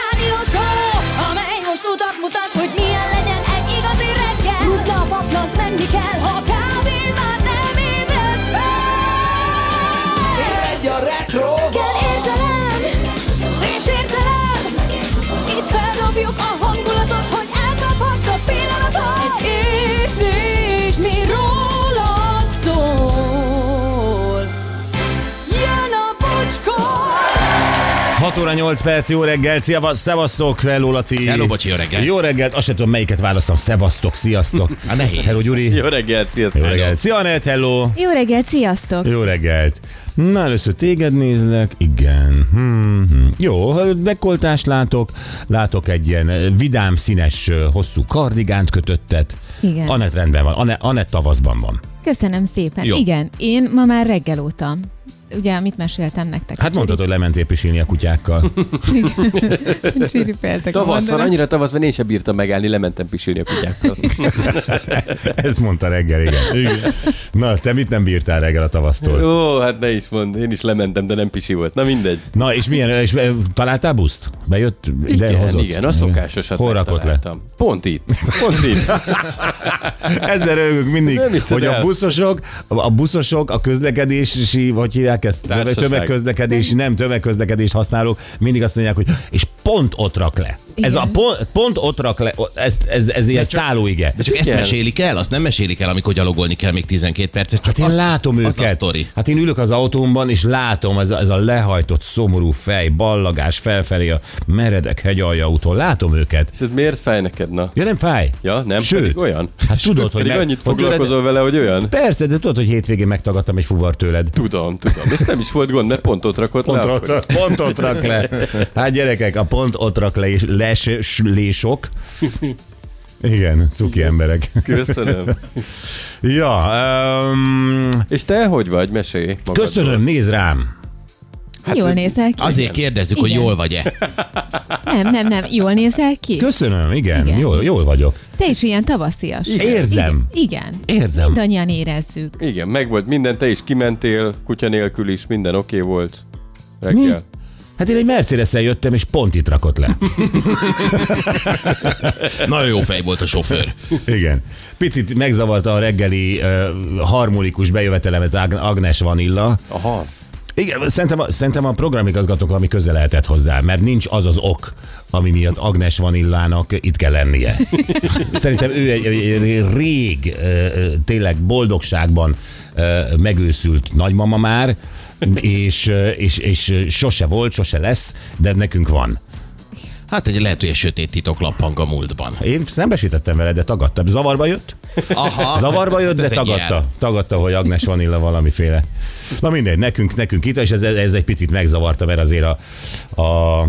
rádió show, amely most utat mutat, hogy milyen legyen egy igazi reggel. Rutna a paplant, menni kell, ha kávén már nem ébresz fel. Egy a retro Kell érzelem, és értelem, itt feldobjuk a hangulatot, hogy elkaphast a pillanatot. Egy érzés, mi rólad szól. Jön a bocskor! 6 óra 8 perc, jó reggel, szia, szevasztok, hello Laci. Hello, bocsi, jó reggelt. Jó reggelt, azt sem tudom melyiket válaszom, szevasztok, sziasztok. Hát nehéz. Hello Gyuri. Jó Jó reggelt, sziasztok! reggelt. Szia Anett, hello. Jó reggelt, sziasztok! Jó reggelt. Na, először téged nézlek, igen. Hmm, hmm. Jó, dekoltást látok, látok egy ilyen eh, vidám színes, eh, hosszú kardigánt kötöttet. Igen. Anett rendben van, Anett, Anett tavaszban van. Köszönöm szépen. Jó. Igen, én ma már reggel óta. Ugye, mit meséltem nektek? Hát mondtad, mondod, hogy lementél pisilni a kutyákkal. Csiri percek. Tavasszal, annyira tavasz, mert én sem bírtam megállni, lementem pisilni a kutyákkal. Ezt mondta reggel, igen. igen. Na, te mit nem bírtál reggel a tavasztól? Ó, hát ne is mond, én is lementem, de nem pisi volt. Na mindegy. Na, és milyen, és be- találtál buszt? Bejött, ide igen, hozott? igen, a szokásosat Hol rakott le? megtaláltam. Pont itt, pont itt. Ezzel rögünk mindig, Nem hiszed hogy a el. buszosok, a buszosok, a közlekedési, vagy hívják ezt, Társaság. tömegközlekedési, nem tömegközlekedést használók, mindig azt mondják, hogy és pont ott rak le. Ez a Igen. pont, pont ott rak le, ez, ez, ez ilyen szállóige. De csak ezt Igen. mesélik el, azt nem mesélik el, amikor gyalogolni kell még 12 percet. Csak Hát én azt, látom az a őket. sztori. hát én ülök az autómban, és látom ez a, ez a lehajtott, szomorú fej, ballagás felfelé a meredek hegyalja úton. Látom őket. És ez miért fáj neked, na? Ja, nem fáj? Ja, nem, Sőt, pedig olyan? Hát tudod, hogy Pedig meg- annyit hogy tőled- foglalkozol vele, hogy olyan? Persze, de tudod, hogy hétvégén megtagadtam egy fuvar tőled. Tudom, tudom. És nem is volt gond, ne pont ott rakott le. akkor is. pont ott rak le. Hát gyerekek, a pont ott rak le és les, lésok. Igen, cuki emberek. Köszönöm. Ja, um, És te hogy vagy? Mesélj magadról. köszönöm, néz rám. Hát, jól nézel ki? Azért kérdezzük, hogy Igen. jól vagy-e. Nem, nem, nem. Jól nézel ki? Köszönöm, igen, igen. Igen. Jól, jól vagyok. Te is ilyen tavaszias. Igen. Érzem, Igen. érzem. Mindannyian érezzük. Igen, megvolt minden, te is kimentél, kutya nélkül is, minden oké okay volt. Reggel. Hát én egy mercedes jöttem, és pont itt rakott le. Nagyon jó fej volt a sofőr. Igen. Picit megzavarta a reggeli uh, harmonikus bejövetelemet Ag- Agnes Vanilla. Aha. Igen, szerintem a, szerintem a programigazgatók valami közel lehetett hozzá, mert nincs az az ok, ami miatt Agnes Vanillának itt kell lennie. Szerintem ő egy, egy, egy rég ö, ö, tényleg boldogságban ö, megőszült nagymama már, és, ö, és, és sose volt, sose lesz, de nekünk van. Hát egy lehet, hogy egy sötét titoklap hang a múltban. Én szembesítettem vele, de tagadta. Zavarba jött? Aha. Zavarba jött, Hát de ez egy tagadta. ilyen. Tagadta, hogy Agnes Vanilla valamiféle. Na mindegy, nekünk, nekünk itt, és ez, ez egy picit megzavarta, mert azért a, a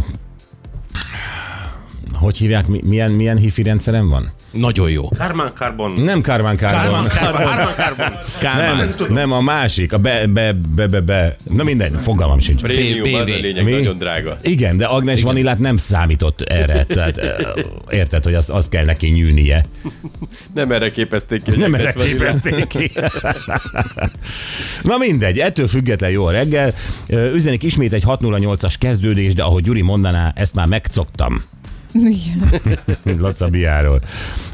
hogy hívják, mi- milyen, milyen hifi rendszerem van? Nagyon jó. Kármán Karbon. Nem Kármán Kármán. Kármán Karbon. Nem, nem, a másik, a be, be, be, be, be. Na mindegy, fogalmam sincs. Prémium az a BV. lényeg, Mi? nagyon drága. Igen, de Agnes Igen. Vanillát nem számított erre, tehát ö, érted, hogy azt, azt kell neki nyűnie. Nem erre képezték ki. hogy Nem Agnes erre Vanilla. képezték ki. Na mindegy, ettől független jó a reggel. Ö, Üzenik ismét egy 608-as kezdődés, de ahogy Gyuri mondaná, ezt már megszoktam. Igen. Laca Biáról.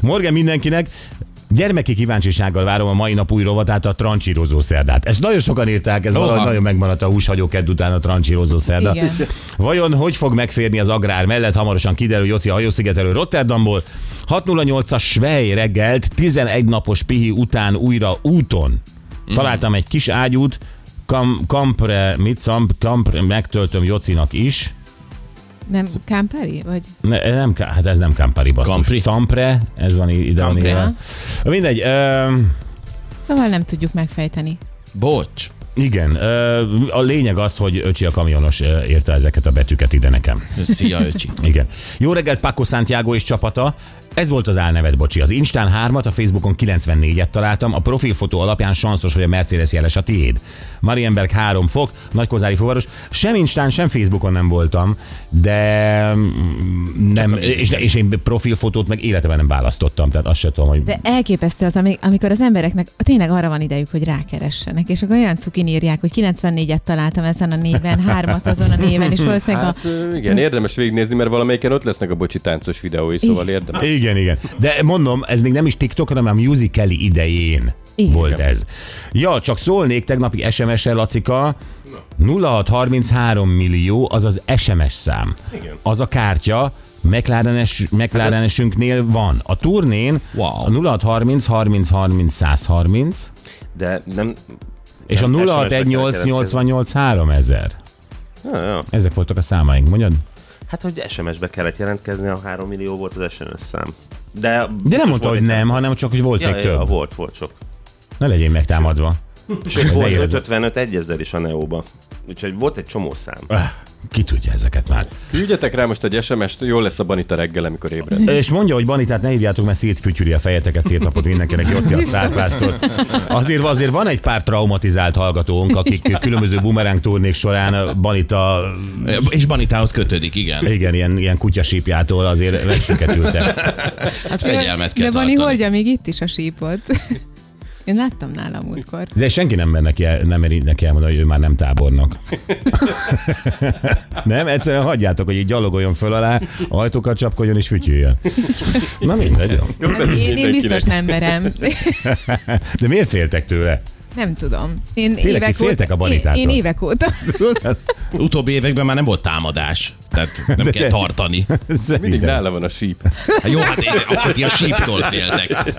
Morgan mindenkinek, Gyermeki kíváncsisággal várom a mai nap új rovatát, a trancsírozó szerdát. Ezt nagyon sokan írták, ez Oha. valahogy nagyon megmaradt a húshagyó kedd után a trancsírozó szerda. Igen. Vajon hogy fog megférni az agrár mellett? Hamarosan kiderül Joci a hajószigetelő Rotterdamból. 608-as Svej reggelt, 11 napos pihi után újra úton. Találtam egy kis ágyút, kam, kampre, mit szamp, kampre, megtöltöm Jocinak is. Nem Kampari? Vagy? Ne, nem, ká- hát ez nem Campari basszus. Campri. Campre, ez van i- ide van Campri. írva. Mindegy, ö, Szóval nem tudjuk megfejteni. Bocs. igen, ö, a lényeg az, hogy öcsi a kamionos ö, írta ezeket a betűket ide nekem. Szia, öcsi. Igen. Jó reggelt Paco Santiago és csapata. Ez volt az álneved, bocsi. Az Instán 3-at, a Facebookon 94-et találtam. A profilfotó alapján sanszos, hogy a Mercedes jeles a tiéd. Marienberg 3 fok, Nagykozári fuvaros. Sem Instán, sem Facebookon nem voltam, de mm, nem, és, és, én profilfotót meg életemben nem választottam, tehát azt se tudom, hogy... De elképesztő az, ami- amikor az embereknek tényleg arra van idejük, hogy rákeressenek, és akkor olyan cukin írják, hogy 94-et találtam ezen a néven, hármat azon a néven, és valószínűleg a... Hát ö, igen, érdemes végignézni, mert valamelyiken ott lesznek a bocsi táncos videói, szóval érdemes. Igen, igen. De mondom, ez még nem is TikTok, hanem a Musical.ly idején igen. Igen. volt ez. Ja, csak szólnék tegnapi SMS-re, Lacika. 0633 millió, az az SMS szám. Igen. Az a kártya, McLaren-es, McLaren-esünknél van. A turnén Wow. a 0630 30 30 130 De nem... és a nem, SMS-re kell 0618 88 3000. jelentkezni. Ja, ja. Ezek voltak a számaink, mondjad? Hát, hogy SMS-be kellett jelentkezni, a 3 millió volt az SMS szám. De, De nem biztos mondta, volt hogy egy- nem, hanem csak, hogy volt Ja, még ja, több. volt, volt sok. Ne legyél megtámadva. Sőt, Ne volt érezd. 55 egyezer is a Neóba. Úgyhogy volt egy csomó szám. Öh, Ki tudja ezeket már? Küldjetek rá most egy SMS-t, jól lesz a Banita reggel, amikor ébred. És mondja, hogy Banitát ne hívjátok, mert szétfütyüli a fejeteket, szétnapot mindenkinek Jóci a szárpásztól. Azért, azért van egy pár traumatizált hallgatónk, akik különböző bumerang turnék során eh, Banita, És Banitához kötődik, igen. igen, ilyen, ilyen kutyasípjától azért versüket ültek. Hát fegyelmet kell De Bani tartani. hordja még itt is a sípot. Én láttam nála múltkor. De senki nem mer neki, el, nem meri neki elmondani, hogy ő már nem tábornok. nem? Egyszerűen hagyjátok, hogy így gyalogoljon föl alá, ajtókat csapkodjon és fütyüljön. Na mindegy. Nem, én, én mindenkinek. biztos nem merem. De miért féltek tőle? Nem tudom. Én ti évek féltek óta, a én, banitától? én évek óta. Utóbbi években már nem volt támadás. Tehát nem kell tartani. Mindig Szerintem. nála van a síp. Hát jó, hát én, akkor ti a síptól féltek.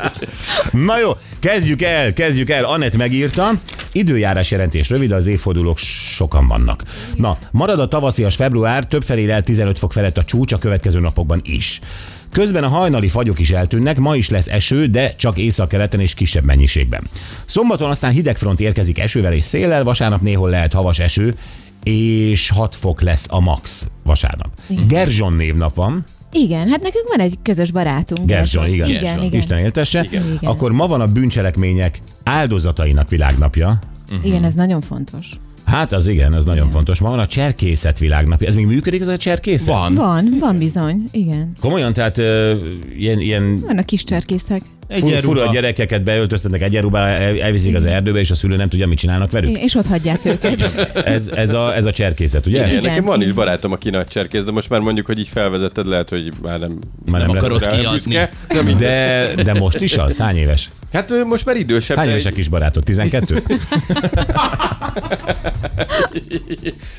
Na jó, kezdjük el, kezdjük el. Anett megírta. Időjárás jelentés rövid, az évfordulók sokan vannak. Na, marad a tavaszias február, többfelé lehet 15 fok felett a csúcs a következő napokban is. Közben a hajnali fagyok is eltűnnek, ma is lesz eső, de csak északkeleten és kisebb mennyiségben. Szombaton aztán hidegfront érkezik esővel és széllel, vasárnap néhol lehet havas eső, és 6 fok lesz a max vasárnap. Gerzson névnap van. Igen, hát nekünk van egy közös barátunk. Gerzson, igen. Igen, Gerzson. igen. Isten éltesse. Igen. Akkor ma van a bűncselekmények áldozatainak világnapja. igen, Mhm. ez nagyon fontos. Hát az igen, az nagyon fontos. Ma van a cserkészet világnapja. Ez még működik, ez a cserkészet? Van. Van, van bizony, igen. Komolyan, tehát ö, ilyen, ilyen Vannak kis cserkészek. fur- fura ruha. gyerekeket beöltöztetnek egyenruhába, el- elviszik az erdőbe, és a szülő nem tudja, mit csinálnak velük. És ott hagyják őket. Ez, ez, a, ez a cserkészet, ugye? Igen, Igen, nekem van is igen. barátom, aki nagy cserkész, de most már mondjuk, hogy így felvezeted, lehet, hogy már nem... Nem Már nem, nem lesz. akarod rá kiadni. büszke, de mindegy. De, de most is az? Hány éves? Hát ő most már idősebb. Hány de éves a így- kis barátod? 12?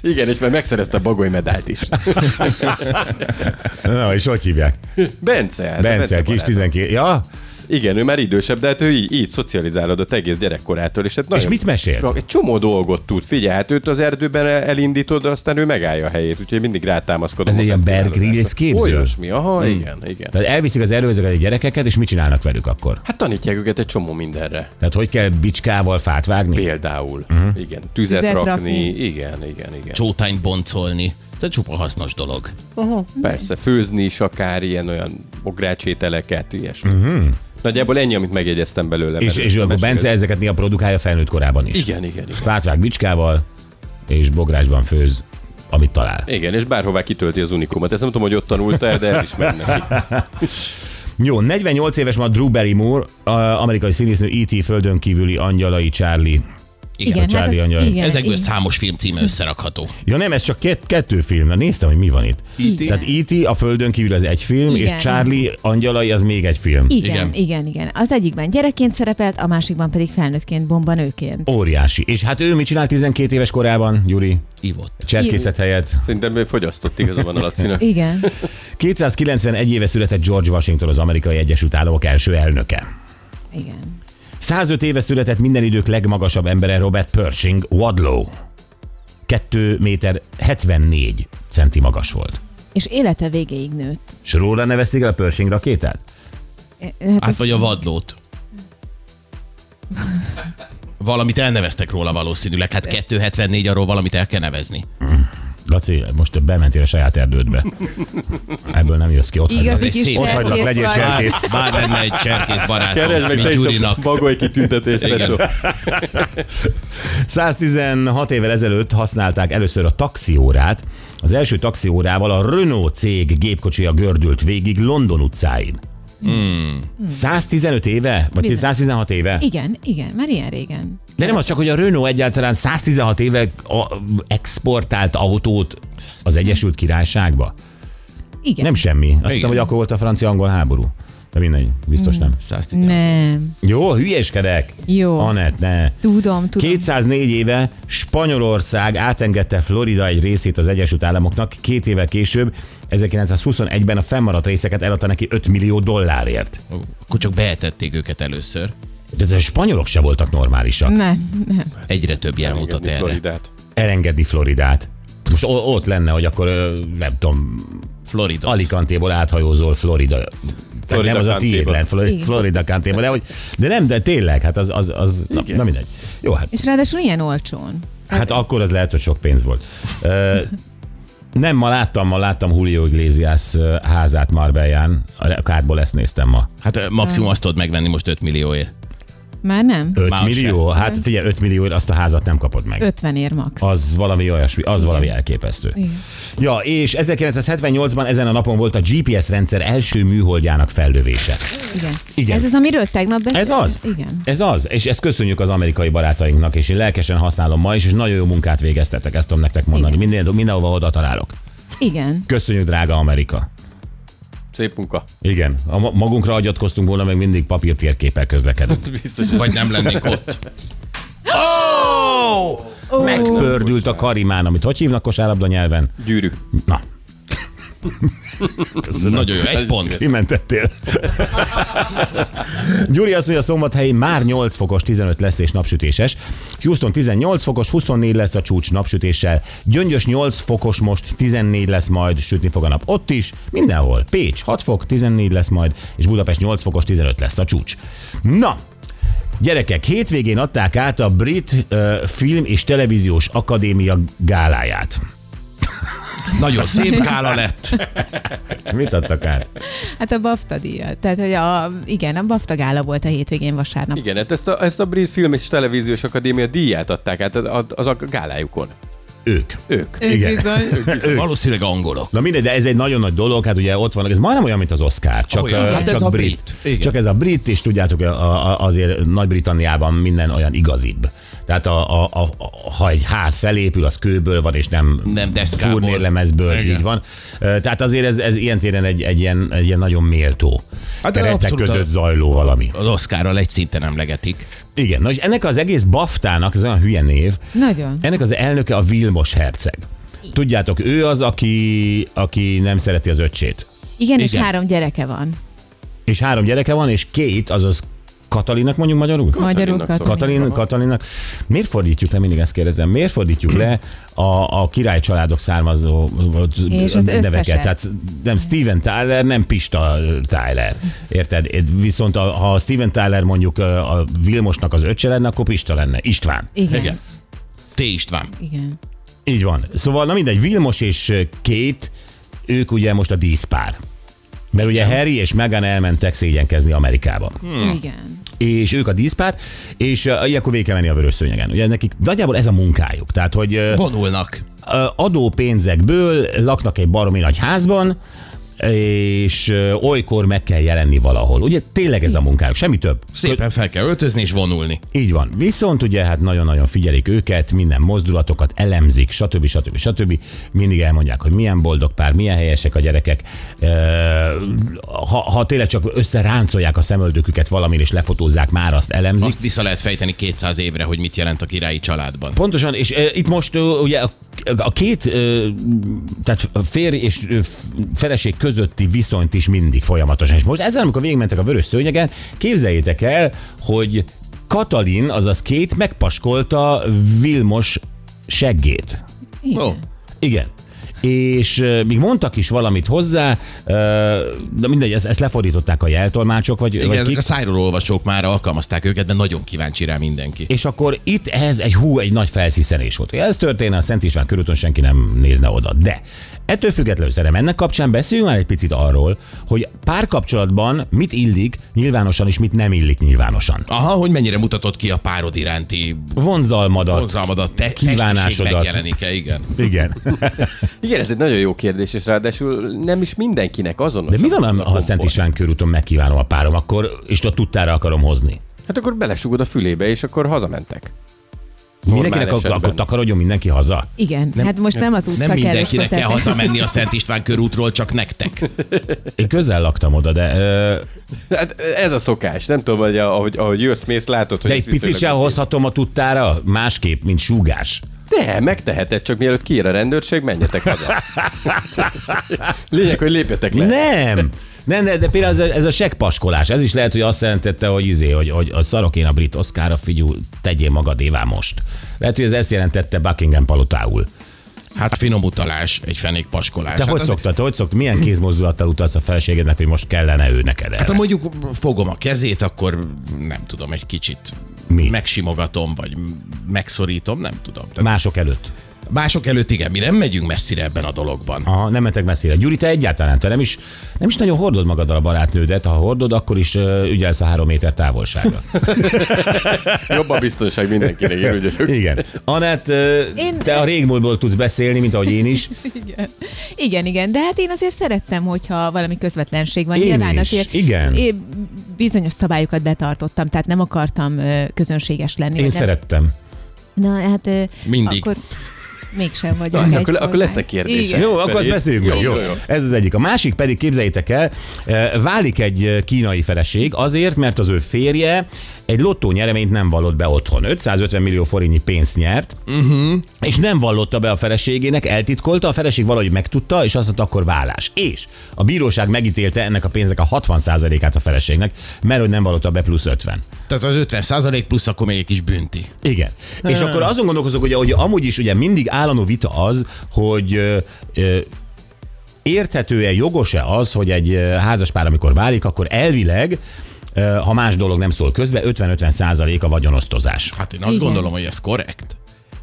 Igen, és már megszerezte a bagoly medált is. Na, és hogy hívják? Bence. hát a Bence, kis barátom. 12. Ja? Igen, ő már idősebb, de hát ő így, így szocializálódott egész gyerekkorától. És, hát nagyon- És mit mesélt? Egy csomó dolgot tud. Figyelj, hát őt az erdőben elindítod, aztán ő megállja a helyét, úgyhogy mindig rátámaszkodom. Ez a egy ilyen Bear fesztiválozásra. Grylls képző? Hmm. Olyasmi, aha, igen, igen. Tehát elviszik az erőzök a gyerekeket, és mit csinálnak velük akkor? Hát tanítják őket egy csomó mindenre. Tehát hogy kell bicskával fát vágni? Például, Mhm. uh-huh. igen, tüzet, Tüzet tüzet rakni. rakni. igen, igen, igen. Csótányt boncolni. Tehát csupa hasznos dolog. Persze, főzni is akár ilyen-olyan ográcsételeket, ilyesmi. Uh-huh. Nagyjából ennyi, amit megjegyeztem belőle. Mhm. És, mert és ő akkor mesélt. Bence ezeket néha produkálja felnőtt korában is. Igen, igen, igen. Fát vág bicskával, és bográsban főz, amit talál. Igen, és bárhová kitölti az unikumot. Ezt nem tudom, hogy ott tanulta -e, de el is neki. Jó, 48 éves ma Drew Barrymore, a amerikai színésznő E.T. földön kívüli angyalai Charlie. Igen, hát az, Charlie angyal. igen, Ezekből igen. számos film címe összerakható. Ja nem, ez csak két, kettő film. Na, néztem, hogy mi van itt. E Igen. Tehát E.T. a földön kívül az egy film, Igen. és Charlie angyalai az még egy film. Igen, Igen. igen, igen. Az egyikben gyerekként szerepelt, a másikban pedig felnőttként, bombanőként. Óriási. És hát ő mit csinál 12 éves korában, Gyuri? Ivott. Cserkészet helyett. Szerintem ő fogyasztott igazabban a Lacinak. Igen. 291 éve született George Washington, az amerikai Egyesült Államok első elnöke. Igen. 105 éve született minden idők legmagasabb embere Robert Pershing Wadlow. 2 méter 74 centi magas volt. És élete végéig nőtt. És róla nevezték el a Pershing rakétát? E- Hát Hát vagy a vadlót. Valamit elneveztek róla valószínűleg. Hát 274 arról valamit el kell nevezni. Laci, most bementél a saját erdődbe. Ebből nem jössz ki, ott hagylak. Igazi kis Ott Ott hagylak, legyél cserkész vagy. cserkész. Bár, bár lenne egy cserkész Keresd barátom, meg te mint is a Gyurinak. bagoly kitüntetést, tesó. 116 évvel ezelőtt használták először a taxiórát. Az első taxiórával a Renault cég gépkocsija gördült végig London utcáin. Hmm. 115 éve? Vagy Bizony. 116 éve? Igen, igen, már ilyen régen. De nem az csak, hogy a Renault egyáltalán 116 éve a- exportált autót az Egyesült Királyságba. Igen. Nem semmi. Azt Igen. hittem, hogy akkor volt a francia-angol háború. De mindegy, biztos nem. Nem. Jó, hülyeskedek. Mm. Jó. Anett, ne. Tudom, tudom. 204 éve Spanyolország átengedte Florida egy részét az Egyesült Államoknak, két évvel később, 1921-ben a fennmaradt részeket eladta neki 5 millió dollárért. Ó, Akkor csak beetették őket először. De a spanyolok se voltak normálisak. Nem, nem. Egyre több jel mutat erre. Floridát. Elengedni Floridát. Most o- ott lenne, hogy akkor ö, nem tudom, Florida. Alicantéból áthajózol Florida. Tehát Florida nem az a tiéd Countyba. lenne, Florida, Igen. Florida Countyba, de, hogy, de nem, de tényleg, hát az, az, az na, na mindegy. Jó, hát És ráadásul ilyen olcsón. Hát akkor az lehet, hogy sok pénz volt. Ö, nem, ma láttam, ma láttam Julio Iglesias ö, házát Marbellán. A kártból ezt néztem ma. Hát ö, maximum azt tudod megvenni most 5 millióért. Már nem? 5 Már millió? Hát figyelj, 5 millióért azt a házat nem kapod meg. 50 ér max. Az valami olyasmi, az valami elképesztő. Igen. Ja, és 1978-ban ezen a napon volt a GPS rendszer első műholdjának fellövése. Igen. Igen. Ez az, amiről tegnap Ez beszéltünk. az? Igen. Ez az, és ezt köszönjük az amerikai barátainknak, és én lelkesen használom ma is, és nagyon jó munkát végeztetek, ezt tudom nektek mondani. Igen. Minden, mindenhova oda találok. Igen. Köszönjük, drága Amerika! Szép munka. Igen, a ma- magunkra agyatkoztunk volna, meg mindig papírtérképpel közlekedünk. Vagy nem lennék ott. Oh! Megpördült a karimán, amit hogy hívnak kosárlabda nyelven? Gyűrű. Na, Nagyon jó. Egy pont. kimentettél. Gyuri azt mondja, szombathelyi már 8 fokos, 15 lesz és napsütéses. Houston 18 fokos, 24 lesz a csúcs napsütéssel. Gyöngyös 8 fokos most, 14 lesz majd, sütni fog a nap ott is, mindenhol. Pécs 6 fok, 14 lesz majd, és Budapest 8 fokos, 15 lesz a csúcs. Na, Gyerekek, hétvégén adták át a Brit uh, Film és Televíziós Akadémia gáláját. Nagyon szép gála lett. Mit adtak át? Hát a BAFTA díjat. Tehát, hogy a, igen, a BAFTA gála volt a hétvégén vasárnap. Igen, hát ezt a, ezt a Brit Film és Televíziós Akadémia díját adták át az, az a gálájukon. Ők. Ők. Ők Igen. bizony. Valószínűleg angolok. Na mindegy, de ez egy nagyon nagy dolog, hát ugye ott vannak, ez majdnem olyan, mint az Oscar, csak, Olyan, ö, hát csak ez a brit. brit. Igen. Csak ez a brit, és tudjátok, a- a- azért Nagy-Britanniában minden olyan igazibb. Tehát a, a, a, a, ha egy ház felépül, az kőből van, és nem, Nem deszkából. furnérlemezből, Igen. így van. Ö, Tehát azért ez, ez ilyen téren egy, egy, ilyen, egy ilyen nagyon méltó hát Hát ez keretek abszolút a- között zajló valami. Az Oszkárral egy szinten emlegetik. Igen, na és ennek az egész baftának, ez olyan hülye név, Nagyon. ennek az elnöke a Vilmos herceg. Tudjátok, ő az, aki, aki nem szereti az öcsét. Igen, és Igen. három gyereke van. És három gyereke van, és két, azaz Katalinak mondjuk magyarul? Magyarul Katalinnak Katalin. Katalin, Katalinnak. Miért fordítjuk le, mindig ezt kérdezem, miért fordítjuk le a, a király családok származó És az összeset. Tehát nem Steven Tyler, nem Pista Tyler. Érted? Viszont a, ha Steven Tyler mondjuk a Vilmosnak az öccse lenne, akkor Pista lenne. István. Igen. Igen. T. István. Igen. Így van. Szóval, na mindegy, Vilmos és Két, ők ugye most a díszpár. Mert ugye Harry és Meghan elmentek szégyenkezni Amerikába. Hmm. Igen. És ők a díszpár, és uh, ilyenkor végig kell menni a vörös szőnyegen. Ugye nekik nagyjából ez a munkájuk. Tehát, hogy uh, Vonulnak. adópénzekből laknak egy baromi nagy házban, és ö, olykor meg kell jelenni valahol. Ugye tényleg ez a munkájuk, semmi több. Szépen fel kell öltözni és vonulni. Így van. Viszont ugye hát nagyon-nagyon figyelik őket, minden mozdulatokat elemzik, stb. stb. stb. Mindig elmondják, hogy milyen boldog pár, milyen helyesek a gyerekek. Ö, Ha, ha tényleg csak összeráncolják a szemöldöküket valamin és lefotózzák, már azt elemzik. Azt vissza lehet fejteni 200 évre, hogy mit jelent a királyi családban. Pontosan, és e, itt most e, ugye a, a két, e, tehát a férj és e, f- feleség közötti viszonyt is mindig folyamatosan. És most ezzel, amikor végigmentek a vörös szőnyegen, képzeljétek el, hogy Katalin, azaz két megpaskolta Vilmos seggét. Igen. Ó, Igen. és ö, még mondtak is valamit hozzá, ö, de mindegy, ezt, ezt lefordították a jeltolmácsok, vagy, Igen, vagy ezek kik. a szájról olvasók már alkalmazták őket, de nagyon kíváncsi rá mindenki. És akkor itt ez egy hú, egy nagy felsziszenés volt. Ha ez történne, a Szent István körúton senki nem nézne oda. De ettől függetlenül szerintem ennek kapcsán beszéljünk már egy picit arról, hogy párkapcsolatban mit illik nyilvánosan, és mit nem illik nyilvánosan. Aha, hogy mennyire mutatott ki a párod iránti Vonzalmadat. vonzalmadat, te Kívánásodat. kívánásodat. megjelenik-e, igen. Igen. Igen, ez egy nagyon jó kérdés, és ráadásul nem is mindenkinek azonos. De mi a van, ha a gombok. Szent István körúton megkívánom a párom, akkor, és a tudtára akarom hozni? Hát akkor belesugod a fülébe, és akkor hazamentek. Mindenkinek akkor, esetben. akkor takarodjon mindenki haza? Igen, nem, hát most nem az Nem utca mindenkinek kell hazamenni a Szent István körútról, csak nektek. Én közel laktam oda, de, ö, Hát ez a szokás. Nem tudom, hogy ahogy, ahogy jössz, mész, látod, hogy de ez egy picit viszonylag- sem hozhatom a tudtára, másképp, mint súgás. De, megteheted, csak mielőtt kiír a rendőrség, menjetek haza. Lényeg, hogy lépjetek le. Nem! Nem, de, de például ez a, ez a seggpaskolás, ez is lehet, hogy azt jelentette, hogy izé, hogy, hogy a szarok én a brit oszkára, figyú, tegyél magadévá most. Lehet, hogy ez ezt jelentette Buckingham palotául. Hát finom utalás, egy fenék paskolás. Te hát hogy az- szoktad, te hogy szoktad, milyen kézmozdulattal utalsz a feleségednek, hogy most kellene ő neked erre? Hát ha mondjuk fogom a kezét, akkor nem tudom, egy kicsit Mi? megsimogatom, vagy megszorítom, nem tudom. Tehát Mások előtt. mások előtt igen, mi nem megyünk messzire ebben a dologban. Aha, nem mentek messzire. Gyuri, te egyáltalán te nem is, nem is nagyon hordod magaddal a barátnődet, ha hordod, akkor is ö, ügyelsz a három méter távolságra. Jobb a biztonság mindenkinek, én úgy vagyok. Igen. Anett, ö, Én- te a régmúltból tudsz beszélni, mint ahogy én is. Igen, igen, de hát én azért szerettem, hogyha valami közvetlenség van. Én Nyilván is, azért igen. Én bizonyos szabályokat betartottam, tehát nem akartam ö, közönséges lenni. Én vagy nem- szerettem. Na hát... ö, Mindig. Akkor mégsem vagyok. Na, egy akkor- akkor lesznek formány. kérdések. Igen. Jó, akkor azt Pedig- beszéljünk jó, meg. Jó. jó, jó. Ez az egyik. A másik pedig, képzeljétek el, eh, válik egy eh, kínai feleség azért, mert az ő férje egy lottó nyereményt nem vallott be otthon. 550 millió forintnyi pénzt nyert, uh-huh. Mhm. és nem vallotta be a feleségének, eltitkolta, a feleség valahogy megtudta, és azt mondta, akkor vállás. És a bíróság megítélte ennek a pénznek a 60%-át a feleségnek, mert hogy nem vallotta be plusz 50. Tehát az 50 százalék plusz akkor még egy kis bünti. Igen. És akkor azon gondolkozok, hogy, hogy amúgy is ugye mindig állandó vita az, hogy ö, ö, érthető-e, jogos-e az, hogy egy ö, házaspár, amikor válik, akkor elvileg, ö, ha más dolog nem szól közbe, 50-50 százalék a vagyonosztozás. Hát én azt Igen. igen. gondolom, hogy ez korrekt.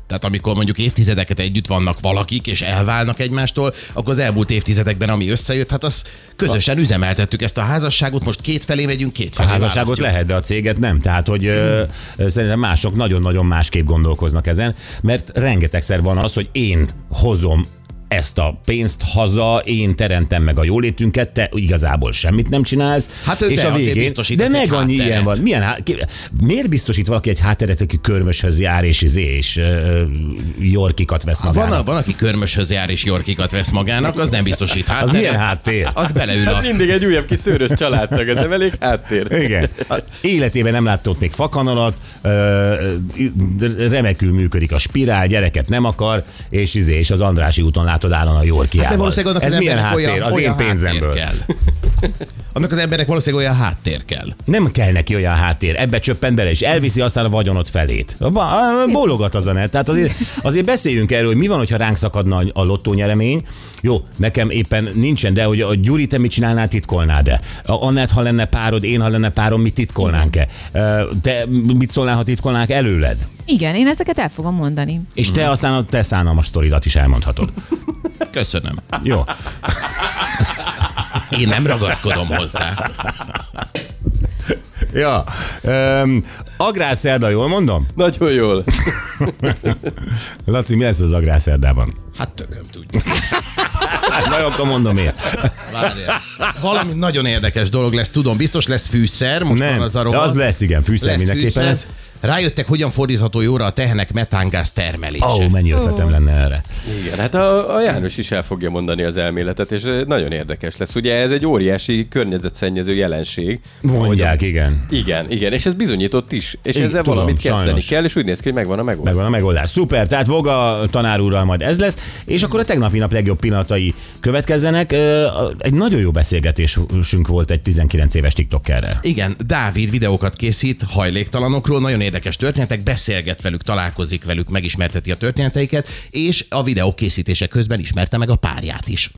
Tehát amikor mondjuk évtizedeket együtt vannak valakik, és elválnak egymástól, akkor az elmúlt évtizedekben, ami összejött, hát az közösen üzemeltettük ezt a házasságot, most két felé megyünk, két A felé házasságot választjuk. lehet, de a céget nem. Tehát, hogy ö, ö, szerintem mások nagyon-nagyon másképp gondolkoznak ezen, mert rengetegszer van az, hogy én hozom ezt a pénzt haza, én teremtem meg a jólétünket, te igazából semmit nem csinálsz. Hát, de azért de biztosítasz meg egy annyi hátteret. ilyen van. Milyen, há- ki- miért biztosít valaki egy hátteret, aki körmöshöz jár és izé, és ö, jorkikat vesz magának? Van, a, van, aki körmöshöz jár és jorkikat vesz magának, az nem biztosít hát. Az milyen háttér? Az beleül a... Hát mindig egy újabb kis szőrös családtag, ez nem elég háttér. Igen. Életében nem látott még fakanalat, ö, ö, remekül működik a spirál, gyereket nem akar, és izé, és az Andrási úton látod állandóan a Yorkiával. Hát De valószínűleg annak Ez az milyen embernek háttér? Olyan, az olyan én pénzemből. háttér Kell. Annak az embernek valószínűleg olyan háttér kell. Nem kell neki olyan háttér, ebbe csöppen bele, és elviszi aztán a vagyonod felét. Ba- a- Bólogat az a net. Tehát azért, azért beszéljünk erről, hogy mi van, hogyha ránk szakadna a lottó nyeremény. Jó, nekem éppen nincsen, de hogy a Gyuri, te mit csinálnál, titkolnád-e? A Annett, ha lenne párod, én, ha lenne párom, mi titkolnánk-e? Ö, Te mit szólnál, ha titkolnánk előled? Igen, én ezeket el fogom mondani. És te aztán a te szánalmas sztoridat is elmondhatod. Köszönöm. Jó. Én nem ragaszkodom hozzá. Ja. Um, agrárszerda, jól mondom? Nagyon jól. Laci, mi lesz az agrárszerdában? Hát tököm tudja. Hát, na, jó, akkor mondom én. Várjál. Valami nagyon érdekes dolog lesz, tudom, biztos lesz fűszer, most Nem, van az a de rohadt. az lesz, igen, fűszer Lesz mindenképpen fűszer. lesz. Rájöttek, hogyan fordítható jóra a tehenek metángáz termelése. Ó, oh, mennyi ötletem lenne erre. Igen, hát a, a János is el fogja mondani az elméletet, és nagyon érdekes lesz. Ugye ez egy óriási környezetszennyező jelenség. Mondják, igen. Igen, igen, és ez bizonyított is, és Igen, ezzel tudom, valamit kezdeni sajnos. kell, és úgy néz ki, hogy megvan a megoldás. Megvan a megoldás. Szuper, tehát Voga tanár úrral majd ez lesz, és akkor a tegnapi nap legjobb pillanatai következzenek. Ö, Egy nagyon jó beszélgetésünk volt egy 19 éves TikTokerrel. Igen, Dávid videókat készít hajléktalanokról, nagyon érdekes történetek, beszélget velük, találkozik velük, megismerteti a történeteiket, és a videó készítése közben ismerte meg a párját is.